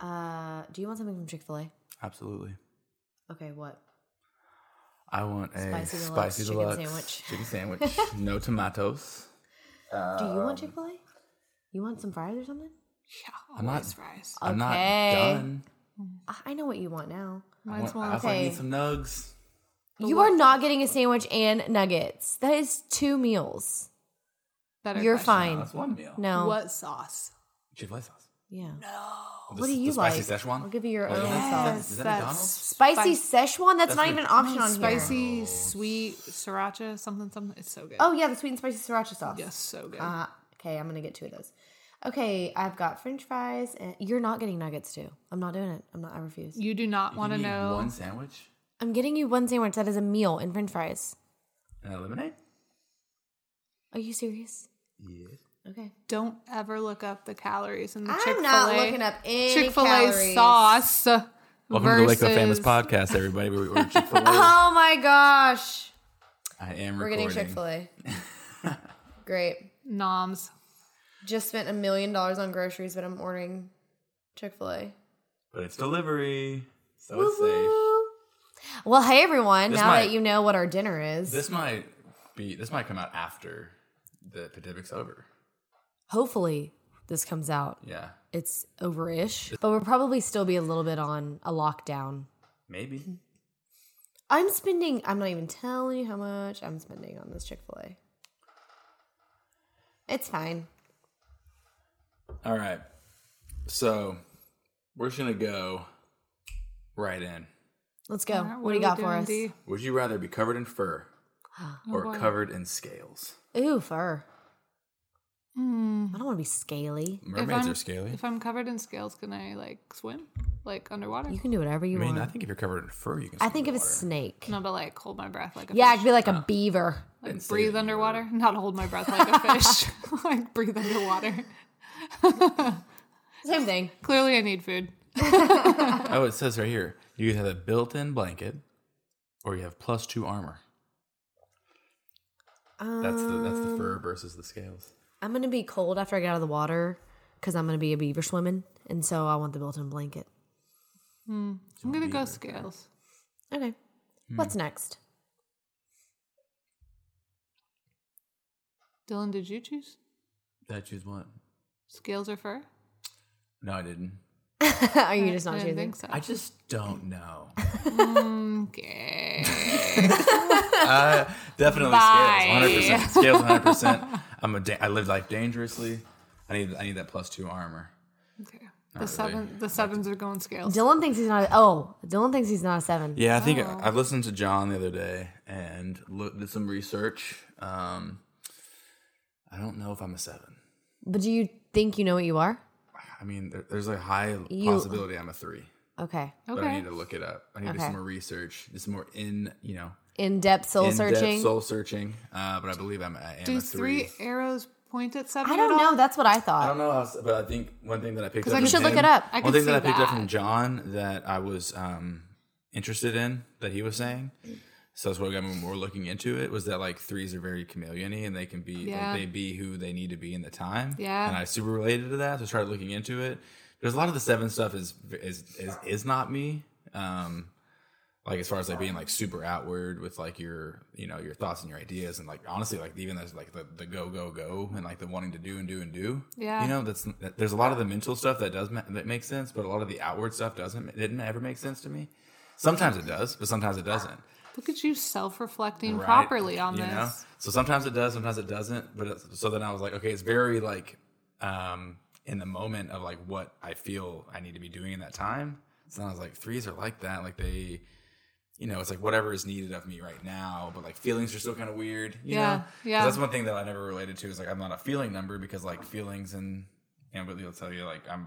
Uh, do you want something from Chick Fil A? Absolutely. Okay, what? I want a Spicy deluxe spicy, chicken deluxe sandwich. chicken sandwich. no tomatoes. do you Um, want Chick Fil A? You want some fries or something? I'm not. fries. I'm not Okay. done. I, I know what you want now. I Mine's want, more I also okay. need some nugs. you are not getting a sandwich and nuggets. That is two meals. Better You're question. fine. That's one meal. No. What sauce? Chick Fil A sauce. Yeah. What do you the spicy like? Szechuan? I'll give you your Oh, own yeah. sauce. Is that That's McDonald's? Spicy spice- Szechuan? That's, That's not the- even an option on here. spicy, sweet sriracha, something, something. It's so good. Oh, yeah, the sweet and spicy sriracha sauce. yes, so good. Uh, okay, I'm going to get two of those. Okay, I've got french fries. and You're not getting nuggets, too. I'm not doing it. I'm not. I refuse. you do not You want to can eat know. one sandwich I'm getting you one sandwich that is a meal and french fries. and a lemonade? Are you serious? Yes. Okay. Don't ever look up the calories in the Chick Fil A. I'm not looking up any Chick Fil A calories. Mm, sauce. Welcome to Lake the Famous versus- Podcast, everybody. We order Chick Fil A. Oh my gosh. I am recording. We're getting Chick fil A. Great. Noms. Just spent a million dollars on groceries, but I'm ordering Chick fil A. But it's delivery, so it's safe. Well, hey everyone. This now might- that you know what our dinner is, This might be. This might come out after the pandemic's over. hopefully this comes out. Yeah, It's over ish, but we'll probably still be a little bit on a lockdown. maybe. I'm spending, I'm not even telling you how much I'm spending on this Chick fil A. It's fine. All right. So we're just gonna go right in. Let's go. Alright, what do you are we got for doing, us? D? Would you rather be covered in fur or boy. covered in scales? Ooh, fur. Mm. I don't want to be scaly. Mermaids I'm- are scaly. If I'm covered in scales, can I like swim? Like underwater? You can do whatever you I mean, want. I think if you're covered in fur, you can. I swim think in of a water. snake. no, but like hold my breath like a Yeah, fish. it'd be like a beaver. like didn't say breathe that you underwater, not hold my breath like a fish. like breathe underwater. Same thing. Clearly, I need food. Oh, it says right here. You either have a built-in blanket, or you have plus two armor. That's the that's the fur versus the scales. Um, I'm gonna be cold after I get out of the water because I'm gonna be a beaver swimming, and so I want the built-in blanket. I'm gonna go scales. Okay. Hmm. What's next? Dylan, did you choose Did I choose what? scales or fur? No, I didn't. Are you just I not didn't choosing? think so. I just don't know. Okay. uh, definitely Bye. scales. 100 percent scales. 100 percent. I'm a. Da- I live life dangerously. I need. I need that plus two armor. okay. The seven, the sevens are going scales. Dylan thinks he's not. A, oh, Dylan thinks he's not a seven. Yeah, I think I listened to John the other day and looked, did some research. Um, I don't know if I'm a seven. But do you think you know what you are? I mean, there, there's a high You- possibility I'm a three. Okay. But I Okay. need to look it up. I need to do Okay. some more research. Do some more in, you know, In-depth soul in-depth searching. soul searching. Uh, but I believe I'm. I am Do a three arrows point at seven? I don't at all? know. That's what I I thought. don't know, how, s- but I think one thing that I picked 'Cause up. I from could- You should look him- it up. I one could thing that see I picked up that. from John that I was um, interested in that he was saying. So that's what I got me more looking into it was that like threes are very chameleony and they can be Yeah. like, they be who they need to be in the time. Yeah. and I super related to that. So I started looking into it. There's a lot of the seven stuff is is is, is not me. Um, Like as far as like being like super outward with like your you know your thoughts and your ideas and like honestly like even there's like the, the go go go and like the wanting to do and do and do Yeah. you know that's that, there's a lot of the mental stuff that does ma- that makes sense but a lot of the outward stuff doesn't it didn't ever make sense to me sometimes it does but sometimes it doesn't Look at you self reflecting right? properly on You this. know? So sometimes it does, sometimes it doesn't. But it's, so then I was like, okay, it's very like um, in the moment of like what I feel I need to be doing in that time. So then I was like, threes are like that. Like they, you know, it's like whatever is needed of me right now. But like feelings are still kind of weird. You Yeah, know? 'Cause yeah. That's one thing that I never related to is like I'm not a feeling number because like feelings and and Whitley will tell you like I'm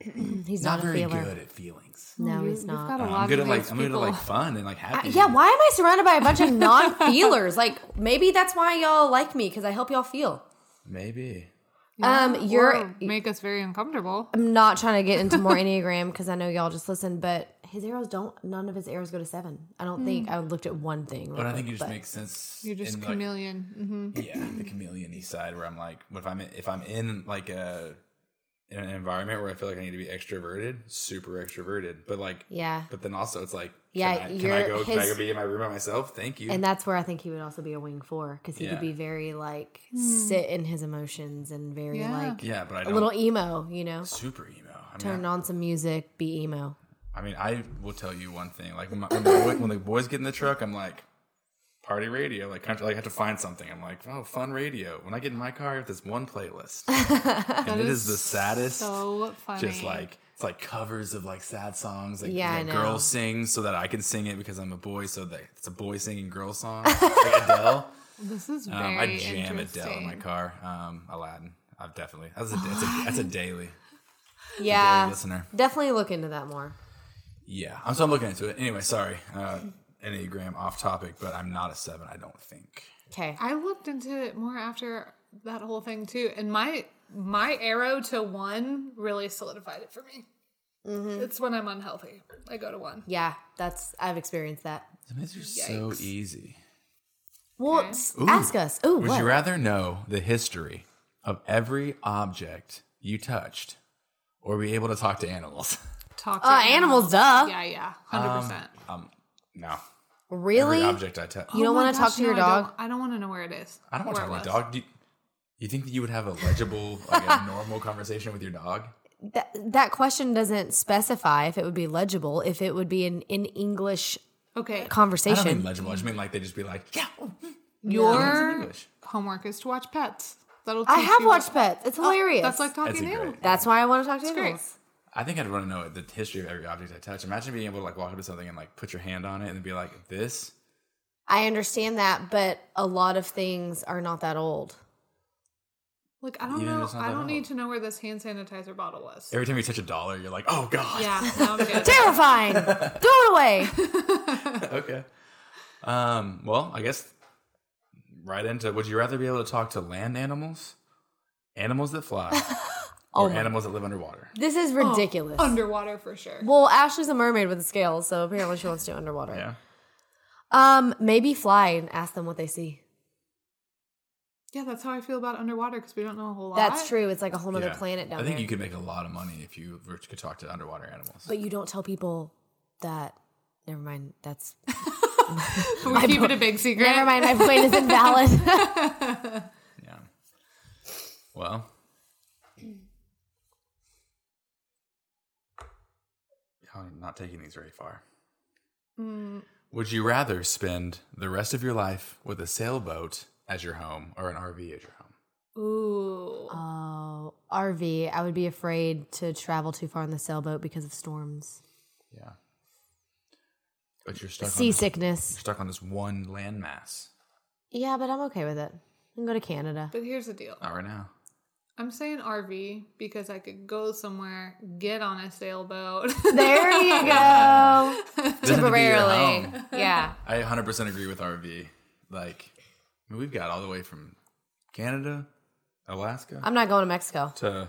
He's not, not, a very feeler. good at feelings. Um, No, You- he's you've not. got a lot I'm good of at these like I'm good at people. Uh, like fun and like happy. yeah, why am I surrounded by a bunch of non feelers? Like maybe that's why y'all like me because I help y'all feel. Maybe. Um, you're. Or make us very uncomfortable. I'm not trying to get into more enneagram because I know y'all just listen, but his arrows don't. None of his arrows go to seven. I don't think I looked at one thing. real But I quick, think it just makes sense. You're just in, like, chameleon. hmm yeah, the chameleon side where I'm like, what if I'm in, if I'm in like a in an environment where I feel like I need to be extroverted, super extroverted, but like Yeah. but then also it's like Yeah, can I, can I you're- go? can I his- go be in my room by myself? Thank you. And that's where I think he would also be a wing four because he Yeah. could be very like sit in his emotions and very Yeah. like yeah, but I a don't little emo, you know. super emo. I mean, Turn on some music, be emo. I, I mean, I will tell you one thing. Like when, my, when, the boy, when the boys get in the truck, I'm like. Party radio, like country, like I have to find something. I'm like, oh, fun radio. When I get in my car, I have this one playlist, and it is the saddest. So funny. just like it's like covers of like sad songs like Yeah, I that know. girl sings so that I can sing it because I'm a boy so that it's a boy singing girl song like Adele this is very um, I jam Adele in interesting. my car um Aladdin I've definitely that's a, that's a that's a daily Yeah, listener. definitely look into that more. yeah I'm so I'm looking into it anyway sorry uh Enneagram off topic but I'm not a seven I don't think Okay, I looked into it more after that whole thing too, and my my arrow to one really solidified it for me. Mm-hmm. It's when I'm unhealthy. I go to one. yeah, that's I've experienced that. this is so easy Well, s- ask us. Ooh, would what? you rather know the history of every object you touched or be able to talk to animals Talk to uh, animals, duh. Yeah, yeah, Um, hundred percent. no Really? Every object I touch. You Oh don't want to talk to your dog? I don't, want to know where it is. I don't want to talk Where it to my was. dog. Do you, you think that you would have a legible, like a normal conversation with your dog? That, that question doesn't specify if it would be legible, if it would be an in English Okay, I don't mean conversation. legible. I just mean like they just be like, yeah, oh, it's in your English. homework is to watch Pets. That'll. I teach have you what- watched Pets. It's hilarious. Oh, That's like That's talking a to animals. great. That's why I want to talk to great. animals. I think I'd want to know the history of every object I touch. Imagine being able to like walk up to something and like put your hand on it and be like, this. I understand that, but a lot of things are not that old. Like I don't Even if know. it's not I that don't need old. to know where this hand sanitizer bottle was. Every time you touch a dollar, you're like, oh god. yeah, now I'm good. Terrifying. Throw it away. okay. Um. Well, I guess right into. Would you rather be able to talk to land animals, animals that fly, Oh or animals that live underwater? This is ridiculous. Underwater for sure. well, Ashley's a mermaid with a scale, so apparently she wants to do underwater. Yeah. Um, maybe fly and ask them what they see. Yeah, that's how I feel about underwater because we don't know a whole lot. That's true. It's like a whole other Yeah. planet down I think there. you could make a lot of money if you were- could talk to underwater animals. but you don't tell people that. Never mind. That's But we keep it a big secret. never mind. My point is invalid. Yeah. Well. I'm not taking these very far. Mm. Would you rather spend the rest of your life with a sailboat as your home or an RV as your home? Ooh. Oh, RV. I would be afraid to travel too far on the sailboat because of storms, Yeah. But you're stuck, on this, you're seasickness. stuck on this one landmass. Yeah, but I'm okay with it. I can go to Canada. But here's the deal. Not right now. I'm saying RV because I could go somewhere, get on a sailboat. There you go. Doesn't have to be your Temporarily. home. Yeah. I 100% agree with RV. Like, I mean, we've got all the way from Canada, Alaska, I'm not going to Mexico. to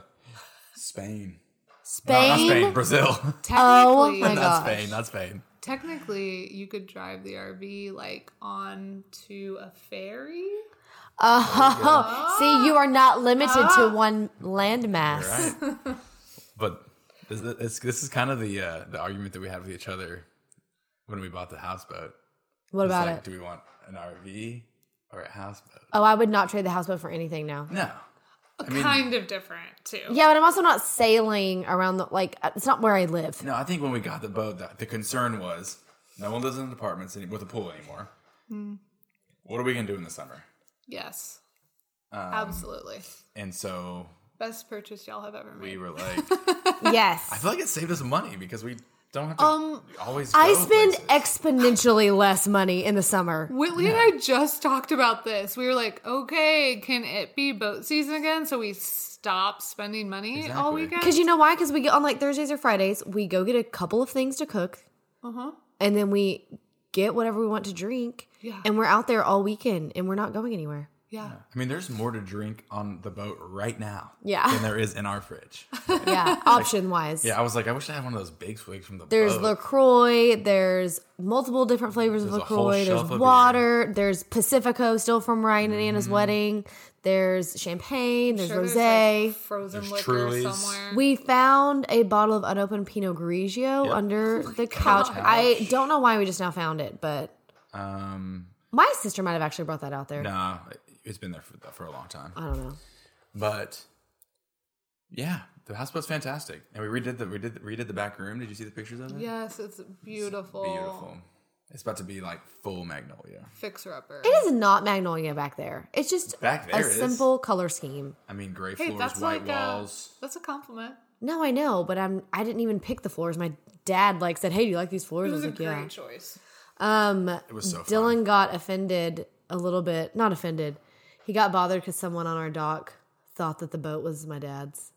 Spain. Spain. Not Spain, Brazil. Oh technically, my not gosh. Spain, not Spain. technically, you could drive the RV like onto a ferry. Oh, see, you are not limited to one landmass. Right. but this, this, this is kind of the uh, the argument that we had with each other when we bought the houseboat. What It's about like, it? Do we want an RV or a houseboat? Oh, I would not trade the houseboat for anything now. No. I mean, kind of different too. Yeah, but I'm also not sailing around the like. uh, It's not where I live. no. I think when we got the boat, the, the concern was no one lives in apartments any, with a pool anymore. Hmm. What are we gonna do in the summer? Yes. Um, Absolutely. And so Best purchase y'all have ever made. we were like, Yes, I feel like it saved us money because we don't have to Um, always. I go spend places. exponentially less money in the summer. Whitley and I just talked about this. We were like, okay, can it be boat season again? So we stop spending money all Exactly. weekend. Because you know why? Because we get on like Thursdays or Fridays, we go get a couple of things to cook, Uh-huh. and then we get whatever we want to drink, Yeah. and we're out there all weekend, and we're not going anywhere. yeah. I mean, there's more to drink on the boat right now. Yeah. Than there is in our fridge. Yeah, option wise. Yeah, I was like, I wish I had one of those big swigs from the There's boat. LaCroix, there's multiple different flavors There's of a whole LaCroix, there's shelf of beer. water, there's Pacifico still from Ryan and Mm-hmm. Anna's wedding, there's champagne, there's Sure, rose. there's, like, frozen There's liquor Trulies. somewhere. We found a bottle of unopened Pinot Grigio Yep. under the couch. I don't know why we just now found it, but um, my sister might have actually brought that out there. nah, it's been there for, for a long time. I don't know. But yeah, the houseboat's fantastic, and we redid the we did redid the back room. Did you see the pictures of it? yes, it's beautiful. beautiful. It's about to be like full magnolia. Fixer upper. It is not magnolia back there. It's just Back a there is. simple color scheme. I mean, gray Hey, floors, that's white like walls. a that's a compliment. No, I know, but I'm I didn't even pick the floors. My dad like said, "Hey, do you like these floors?" It I was was a like, great "Yeah." choice. Um, It was so fun. Dylan got offended a little bit. Not offended. He got bothered because someone on our dock thought that the boat was my dad's.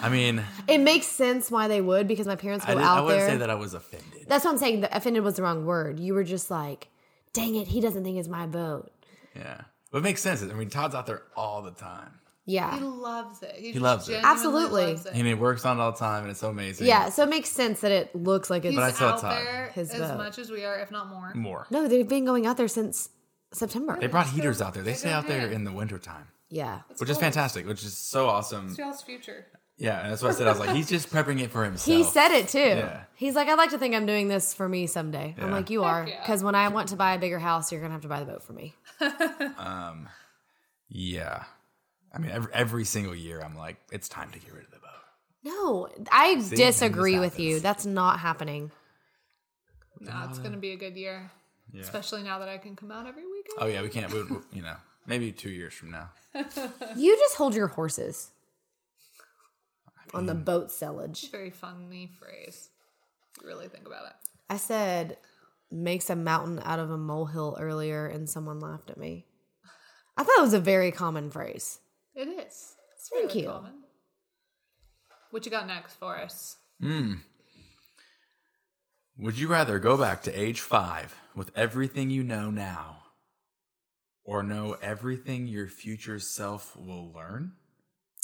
I mean, It makes sense why they would because my parents I, go did, out I wouldn't there. say that I was offended. That's what I'm saying. The offended was the wrong word. You were just like, "Dang it, he doesn't think it's my boat." Yeah, but it makes sense. I mean, Todd's out there all the time. He Yeah, loves it. He, loves it. Absolutely. Loves it. And he works on it all the time, and it's so amazing. yeah. So it makes sense that it looks like it's. He's I saw Mm. out Todd. there His as vote. much as we are, if not more. more. no, they've been going out there since September. They brought heaters out there. They stay out there in the wintertime, yeah, which is fantastic, which is so awesome. It's y'all's future. Yeah, and that's what I said. I was like, he's just prepping it for himself. He said it too. Yeah. He's like, I'd like to think I'm doing this for me someday. I'm Yeah. like, you are. yeah. Because when I want to buy a bigger house, you're going to have to buy the boat for me. Yeah. I mean, every, every single year, I'm like, it's time to get rid of the boat. No, I See, disagree and this with you. happens. That's not happening. No, it's gonna be a good year. Especially now that I can come out every weekend. Oh yeah, we can't. We, we- you know, maybe two years from now. You just hold your horses on the boat sellage. Very funny phrase. If you really think about it. I said, makes a mountain out of a molehill earlier, and someone laughed at me. I thought it was a very common phrase. It is. It's Thank really you. common. What you got next for us? Hmm. Would you rather go back to age five with everything you know now, or know everything your future self will learn?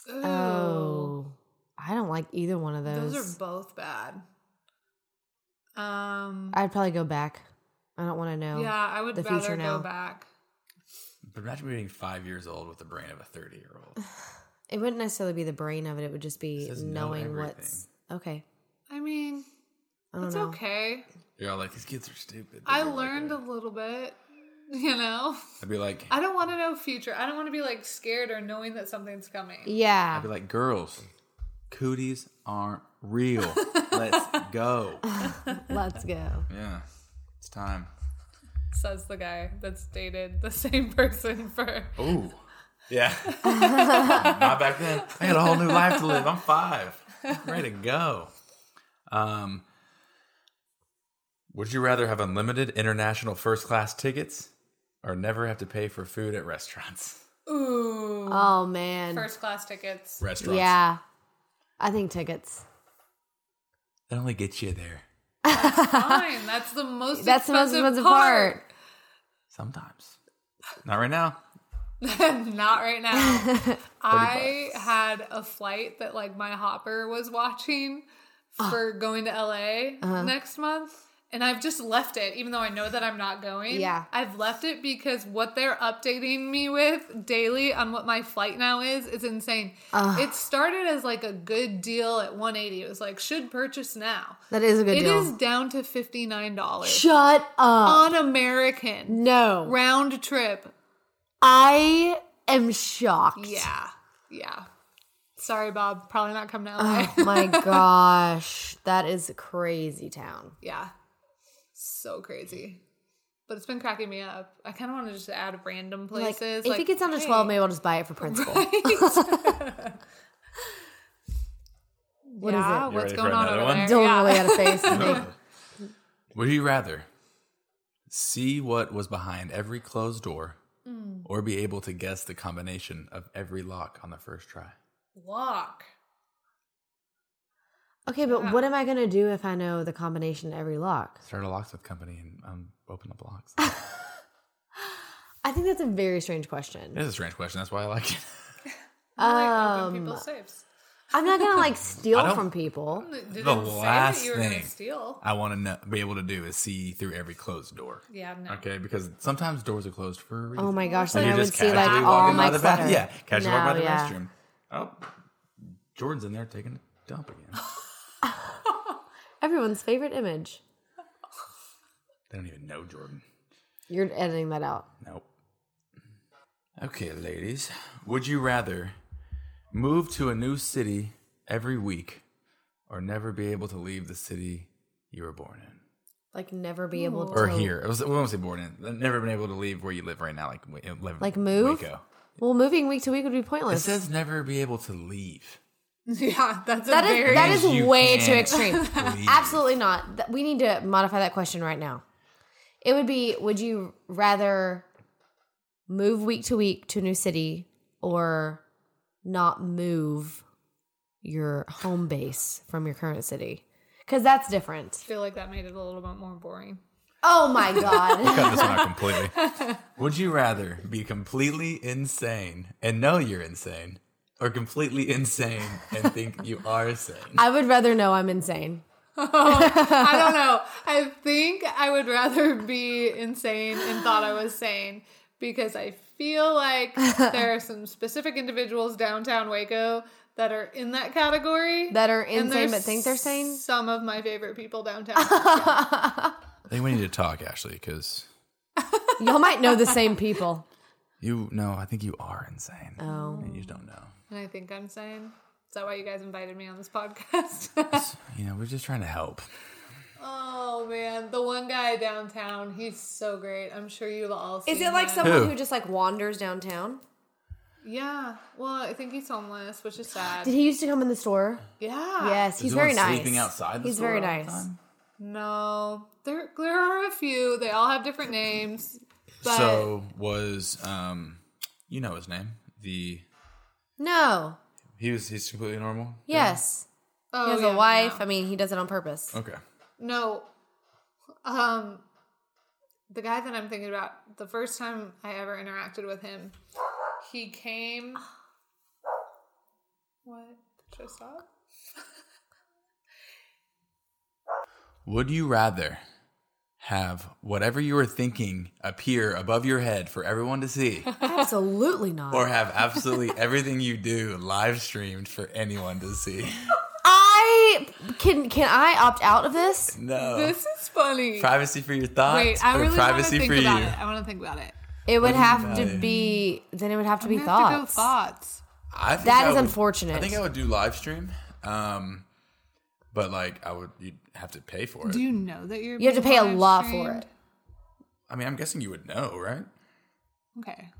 Oh, I don't like either one of those. Those are both bad. Um I'd probably go back. I don't want to know. yeah, I would the rather future go now. back. But imagine being five years old with the brain of a thirty-year-old. It wouldn't necessarily be the brain of it. It would just be It says know knowing what's okay. I mean, I don't it's know. okay. You're all like, these kids are stupid. I They're like learned a- a little bit, you know. I'd be like, I don't want to know future. I don't want to be like scared or knowing that something's coming. Yeah, I'd be like, girls, cooties aren't real. Let's go. let's go. Yeah, it's time. Says the guy that's dated the same person for Ooh. Yeah. Not back then. I had a whole new life to live. I'm five. I'm ready to go. Um, would you rather have unlimited international first class tickets or never have to pay for food at restaurants? ooh Oh man, first class tickets. Restaurants. yeah. I think tickets. That only gets you there Fine, that's the most. That's the most expensive expensive part. sometimes. Not right now. Not right now. I had a flight that Ah. Uh-huh. like my hopper was watching for going to LA next month. and I've just left it, even though I know that I'm not going. Yeah. I've left it because what they're updating me with daily on what my flight now is is insane. Ah. It started as like a good deal at 180. It was like, should purchase now. That is a good It deal. is Um, down to $59 Shut up. on American no. round trip. I am shocked. Yeah. Yeah. Sorry, Bob. Probably not coming to LA. Oh my gosh. That is crazy town. Yeah. So crazy. But it's been cracking me up. I kind of want to just add random Like, places. if it gets down to 12, maybe I'll just buy it for principal. what yeah, You what's ready for going on another over one? there? Don't yeah. really out of face. I think. Would you rather see what was behind every closed door or be able to guess the combination of every lock on the first try? Lock. Okay, but what am I going to do if I know the combination to every lock? Start a locksmith company and um, open up locks. I think that's a very strange question. it is a strange question. That's why I like it. Like open Um, people's safes. I'm not going to like I steal don't- from people. They didn't the say last that you were gonna thing. steal. I want to know, be able to do is see through every closed door. Yeah, no. Okay, because sometimes doors are closed for a reason. Oh my gosh, And then I you're would just see like casually all walking by my the bath- clutter. Yeah, casually walking by No, the yeah. restroom. Oh, Jordan's in there taking a dump again. Everyone's favorite image. they don't even know Jordan. You're editing that out. Nope. Okay, ladies. Would you rather move to a new city every week or never be able to leave the city you were born in? Like never be able to Or here. It was, we won't say born in. Never been able to leave where you live right now. Like, w- live in Like move? Oh, Waco. Well, moving week to week would be It pointless. says never be able to leave. Yeah, that's that a is very that is You way can't too extreme. leave. Absolutely not. Th- We need to modify that question right now. It would be would you rather move week to week to a new city or not move your home base from your current city? Cuz that's different. I feel like that made it a little bit more boring. Oh my god. Cut this one out completely. Would you rather be completely insane and know you're insane or completely insane and think you are sane? I would rather know I'm insane. I don't know. I think I would rather be insane and thought I was sane because I feel like there are some specific individuals downtown Waco that are in that category That are And insane but think they're sane? Some of my favorite people downtown. I think we need to talk, Ashley, because Y'all might know the same people. you know, I think you are insane. Oh. And you just don't know. and I think I'm sane. Is that why you guys invited me on this podcast? You know, we're just trying to help. oh man, the one guy downtown, he's so great. I'm sure you've all seen Is it like him. someone Who? who just like wanders downtown? Yeah. Well, I think he's homeless, which is sad. Did he used to come in the store? yeah. Yes, he's Is very one nice. Sleeping outside the He's store very all the nice. time? No, there there are a few. They all have different names. But So was um you know his name. The No. he was he's completely normal. Yes. oh, He has yeah, a wife. no. I mean, he does it on purpose. Okay. No. Um the guy that I'm thinking about, the first time I ever interacted with him, he came What? Did I stop? Would you rather have whatever you were thinking appear above your head for everyone to see Absolutely not. or have absolutely everything you do live streamed for anyone to see? I can can I opt out of this? No. This is funny. privacy for your thoughts Wait, I or really want to privacy think for about you? it. I want to think about it. It would have to be then it would have to be I have to go thoughts. thoughts. I think That I is would- unfortunate. I think I would do live stream, um, but like I would, you'd have to pay for it. Do you know that you're You have to being pay a live lot for streamed? it. I mean, I'm guessing you would know, right? Okay.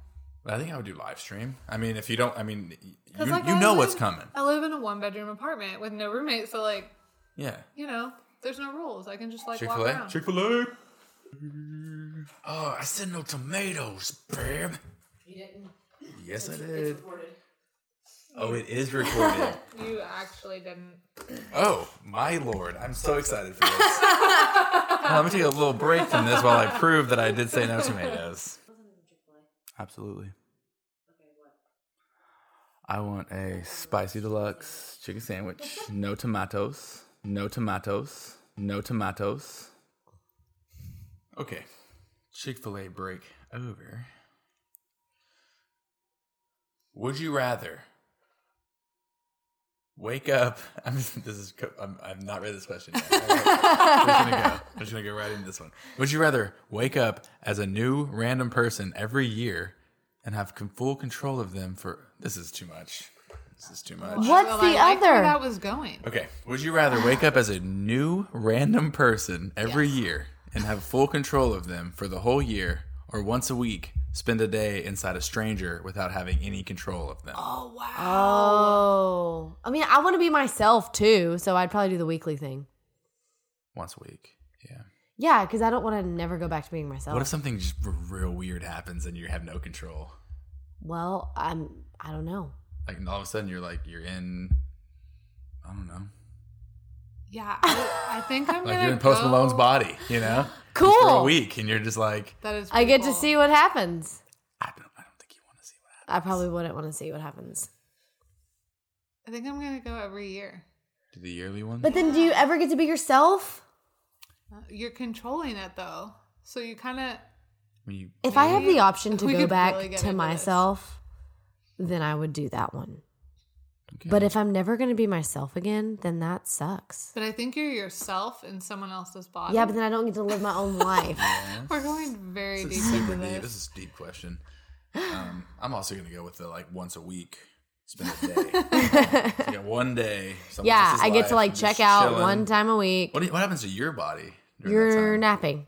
But I think I would do live stream. I mean, if you don't, I mean, y- you, 'Cause, like, you I know live- what's coming. I live in a one bedroom apartment with no roommate, so like Yeah, you know, there's no rules. I can just like Chick walk Fil A, around. Chick Fil A. Oh, I said no tomatoes, babe. You didn't. Yes, I did. Oh, it is recorded. you actually didn't. Oh, my lord. I'm so excited for this. Well, let me take a little break from this while I prove that I did say no tomatoes. Absolutely. I want a spicy deluxe chicken sandwich. No tomatoes. No tomatoes. No tomatoes. Okay. Chick fil A break over. Would you rather wake up? I'm, this is, co- I'm, I've not read this question yet. I'm just gonna go. I'm just going to go right into this one. Would you rather wake up as a new random person every year and have con- full control of them for. This is too much. This is too much. Well, What's the I liked Where other? that was going. Okay. Would you rather wake up as a new random person every year and have full control of them for the whole year, or once a week spend a day inside a stranger without having any control of them? Oh, I mean, I want to be myself too, so I'd probably do the weekly thing. Once a week. Yeah. Yeah, because I don't want to never go back to being myself. What if something just r- real weird happens and you have no control? well, I'm. I don't know. Like and all of a sudden you're like you're in. I don't know. Yeah, I, I think I'm Like gonna you're in Post go- Malone's body, you know? Cool. For a week, and you're just like, That is. I get to cool. see what happens. I don't, I don't think you want to see what happens. I probably wouldn't want to see what happens. I think I'm gonna go every year. Do the yearly one? But then, do you ever get to be yourself? You're controlling it though, so you kind of. when you If I have the option to We go could back really get to into this. myself, then I would do that one. Okay. But if I'm never going to be myself again, then that sucks. But I think you're yourself in someone else's body. Yeah, but then I don't get to live my own life. we're going very This deep is super into deep. This this. is a deep question. Um, I'm also gonna go with the like once a week, spend a day. So you got one day. someone yeah, else's I get to like life, you're check just out chilling. one time a week. What, do you- what happens to your body? During You're that time? napping.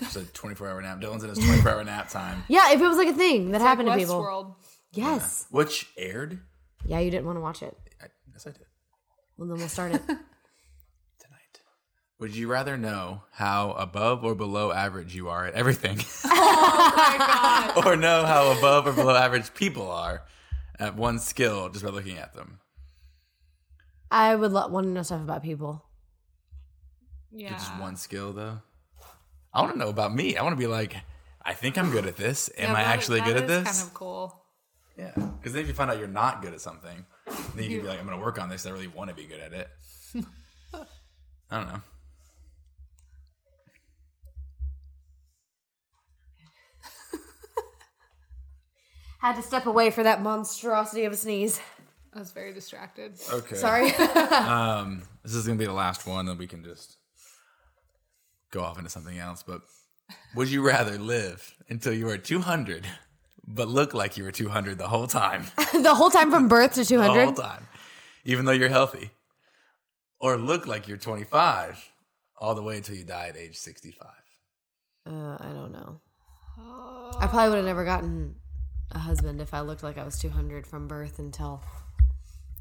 It's a 24 hour nap. Dylan's in his 24 hour nap time, Yeah, if it was like a thing that happened Like to people. Westworld. Yes. which aired. Yeah, you didn't want to watch it. I guess I did Well, then we'll start it. tonight. Would you rather know how above or below average you are at everything, or know how above or below average people are at one skill just by looking at them? I would lo- want to know stuff about people. Yeah. It's Just one skill though. I want to know about me. I want to be like, I think I'm good at this. Am Yeah, I that- actually that good at is this? Kind of cool. Yeah. Because then if you find out you're not good at something, then you can be like, I'm going to work on this. I really want to be good at it. I don't know. Had to step away for that monstrosity of a sneeze. I was very distracted. Okay. Sorry. Um, this is going to be the last one, then we can just go off into something else. But would you rather live until you are 200, but look like you were 200 the whole time? the whole time from birth to the whole 200. time, even though you're healthy, or look like you're 25 all the way until you die at age 65. Uh, I don't know. I probably would have never gotten a husband if I looked like I was 200 from birth until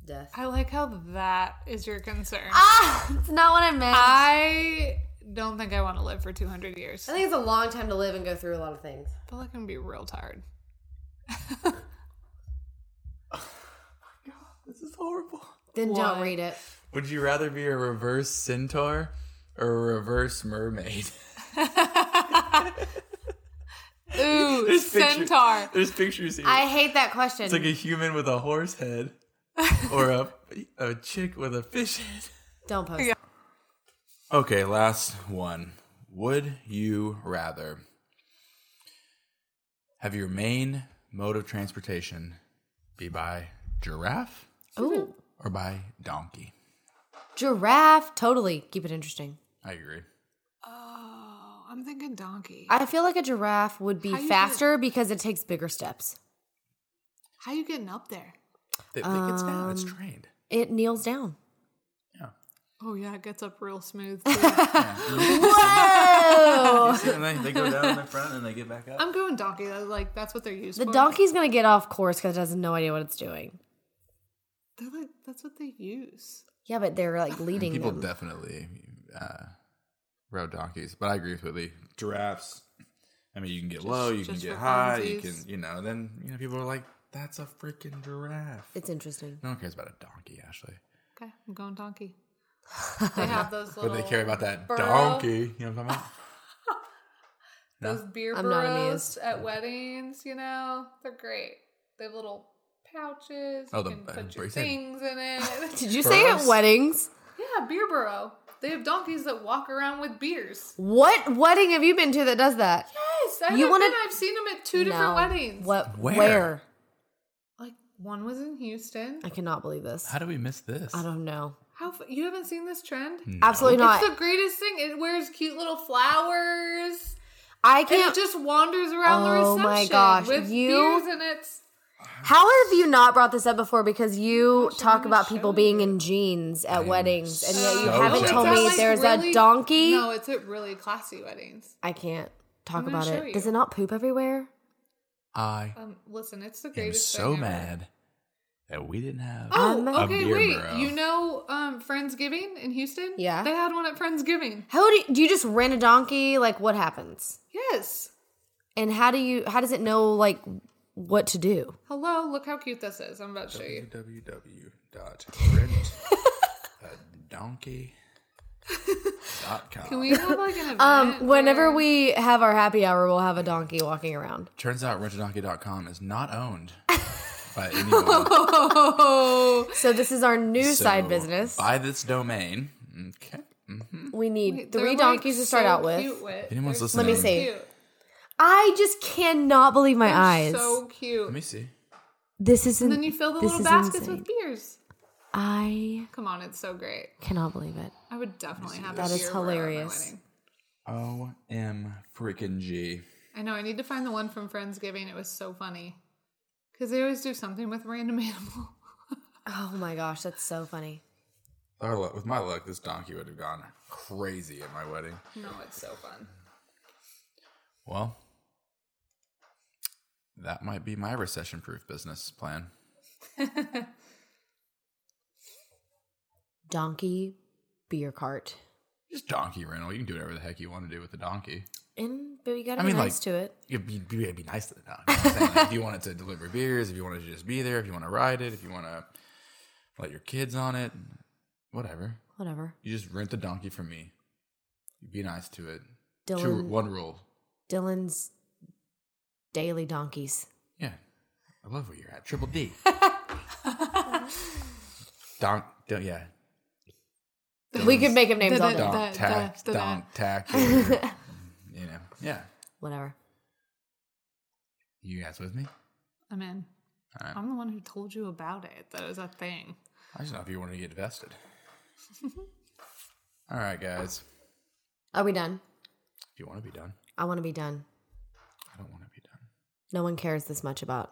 death. I like how that is your concern. Ah, it's not what I meant. I I don't think I want to live for 200 years. think it's a long time to live and go through a lot of things. I feel like I'm gonna be real tired. This is horrible. Then don't read it. Would you rather be a reverse centaur or a reverse mermaid? Ooh, There's pictures- centaur. There's pictures here. I hate that question. it's like a human with a horse head or a, a chick with a fish head. don't post. it. Okay, last one. Would you rather have your main mode of transportation be by giraffe Ooh, or by donkey? giraffe. Totally keep it interesting. I agree. Oh, I'm thinking donkey. I feel like a giraffe would be How you faster because it takes bigger steps. How you getting up there? It, it gets down, it's trained. It kneels down. Yeah. Oh yeah, it gets up real smooth. too. Oh. and then they go down in the front and they get back up. I'm going donkey. though, Like that's what they're used The for. donkey's gonna get off course because it has no idea what it's doing. They're like that's what they use. Yeah, but they're like leading People them. definitely uh, rode donkeys, but I agree with Whitley. Giraffes. I mean, you can get low, you can just get for high, you can, funsies. you know. Then you know, people are like, "That's a freaking giraffe." it's interesting. No one cares about a donkey, Ashley. Okay, I'm going donkey. They have those little But they care about that burrow. donkey. You know what I'm talking those beer I'm not amused. burros at weddings. You know they're great. They have little pouches. Oh, you the- can uh, put your bracelet. things in it. Did you say at Burrows? weddings? yeah, beer burrow. They have donkeys that walk around with beers. What wedding have you been to that does that? Yes, I You have wanna- been. I've seen them at two No. different weddings. What? Where? Where? Like one was in Houston. I cannot believe this. How do we miss this? I don't know. How f- you haven't seen this trend? Absolutely not. It's the greatest thing. It wears cute little flowers. I And it can't. just wanders around the Oh reception my gosh, with you- beers and it's how have you not brought this up before? Because you talk about people being in jeans at weddings, and yet you so haven't jealous. told Um, It's me at, like, there's really- a donkey. No, it's at really classy weddings. I can't talk gonna about show it. Does you. it not poop everywhere? I Um, listen, it's the am greatest. so thing ever. mad that we didn't have. Oh, Um, okay, A beer wait. barrel. You know, um, Friendsgiving in Houston. Yeah. they had one at Friendsgiving. How do you, do you just rent a donkey? Like what happens? Yes. And how do you? How does it know like what to do? Hello, look how cute this is. I'm about to show you. www.print donkey dot com. Can we have like an event? Um, whenever where- we have our happy hour, we'll have a donkey walking around. Turns out rentadonkey.com is not owned by anyone. Oh, So this is our new So side business. Buy this domain. Okay. We need they're, three like, donkeys to start so out with. cute with. Anyone's They're listening- Let me so see. Cute. I just cannot believe my They're eyes. So cute. Let me see. this is and then you fill the this is little baskets insane. with beers. I Come on, it's so great. cannot believe it. I would definitely have That a is beer wherever I'm hilarious. wedding. O M freaking G. I know. I need to find the one from Friendsgiving. It was so funny because they always do something with random animal. Oh my gosh, that's so funny. Our luck, with my luck, this donkey would have gone crazy at my wedding. no, it's so fun. Well, that might be my recession proof business plan. Donkey beer cart. Just donkey rental. You can do whatever the heck you want to do with the donkey. And but you gotta I be mean, nice like- to it. It'd be, be- it'd be nice to the donkey. You know what I'm saying? Like, if you wanted to deliver beers, if you wanted to just be there, if you want to ride it, if you want to let your kids on it, whatever. Whatever. You just rent the donkey from me. You be nice to it. Two, Dylan one rule. Dylan's daily donkeys. Yeah. I love where you're at. Triple D. donk. Don't, yeah. We could make him names The- all the- day. the- Donk tax. the- the- Donk tax. or, You know. Yeah. Whatever. You guys with me? I'm in. All right. I'm the one who told you about it. That it was a thing. I just know if you wanted to get vested. All right, guys. Are we done? If you want to be done, I wanna be done. I don't want to be done. No one cares this much about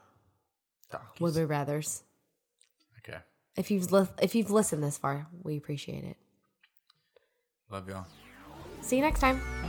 Donkeys. would we rather's. Okay. If you've li- if you've listened this far, we appreciate it. Love y'all. See you next time. Bye.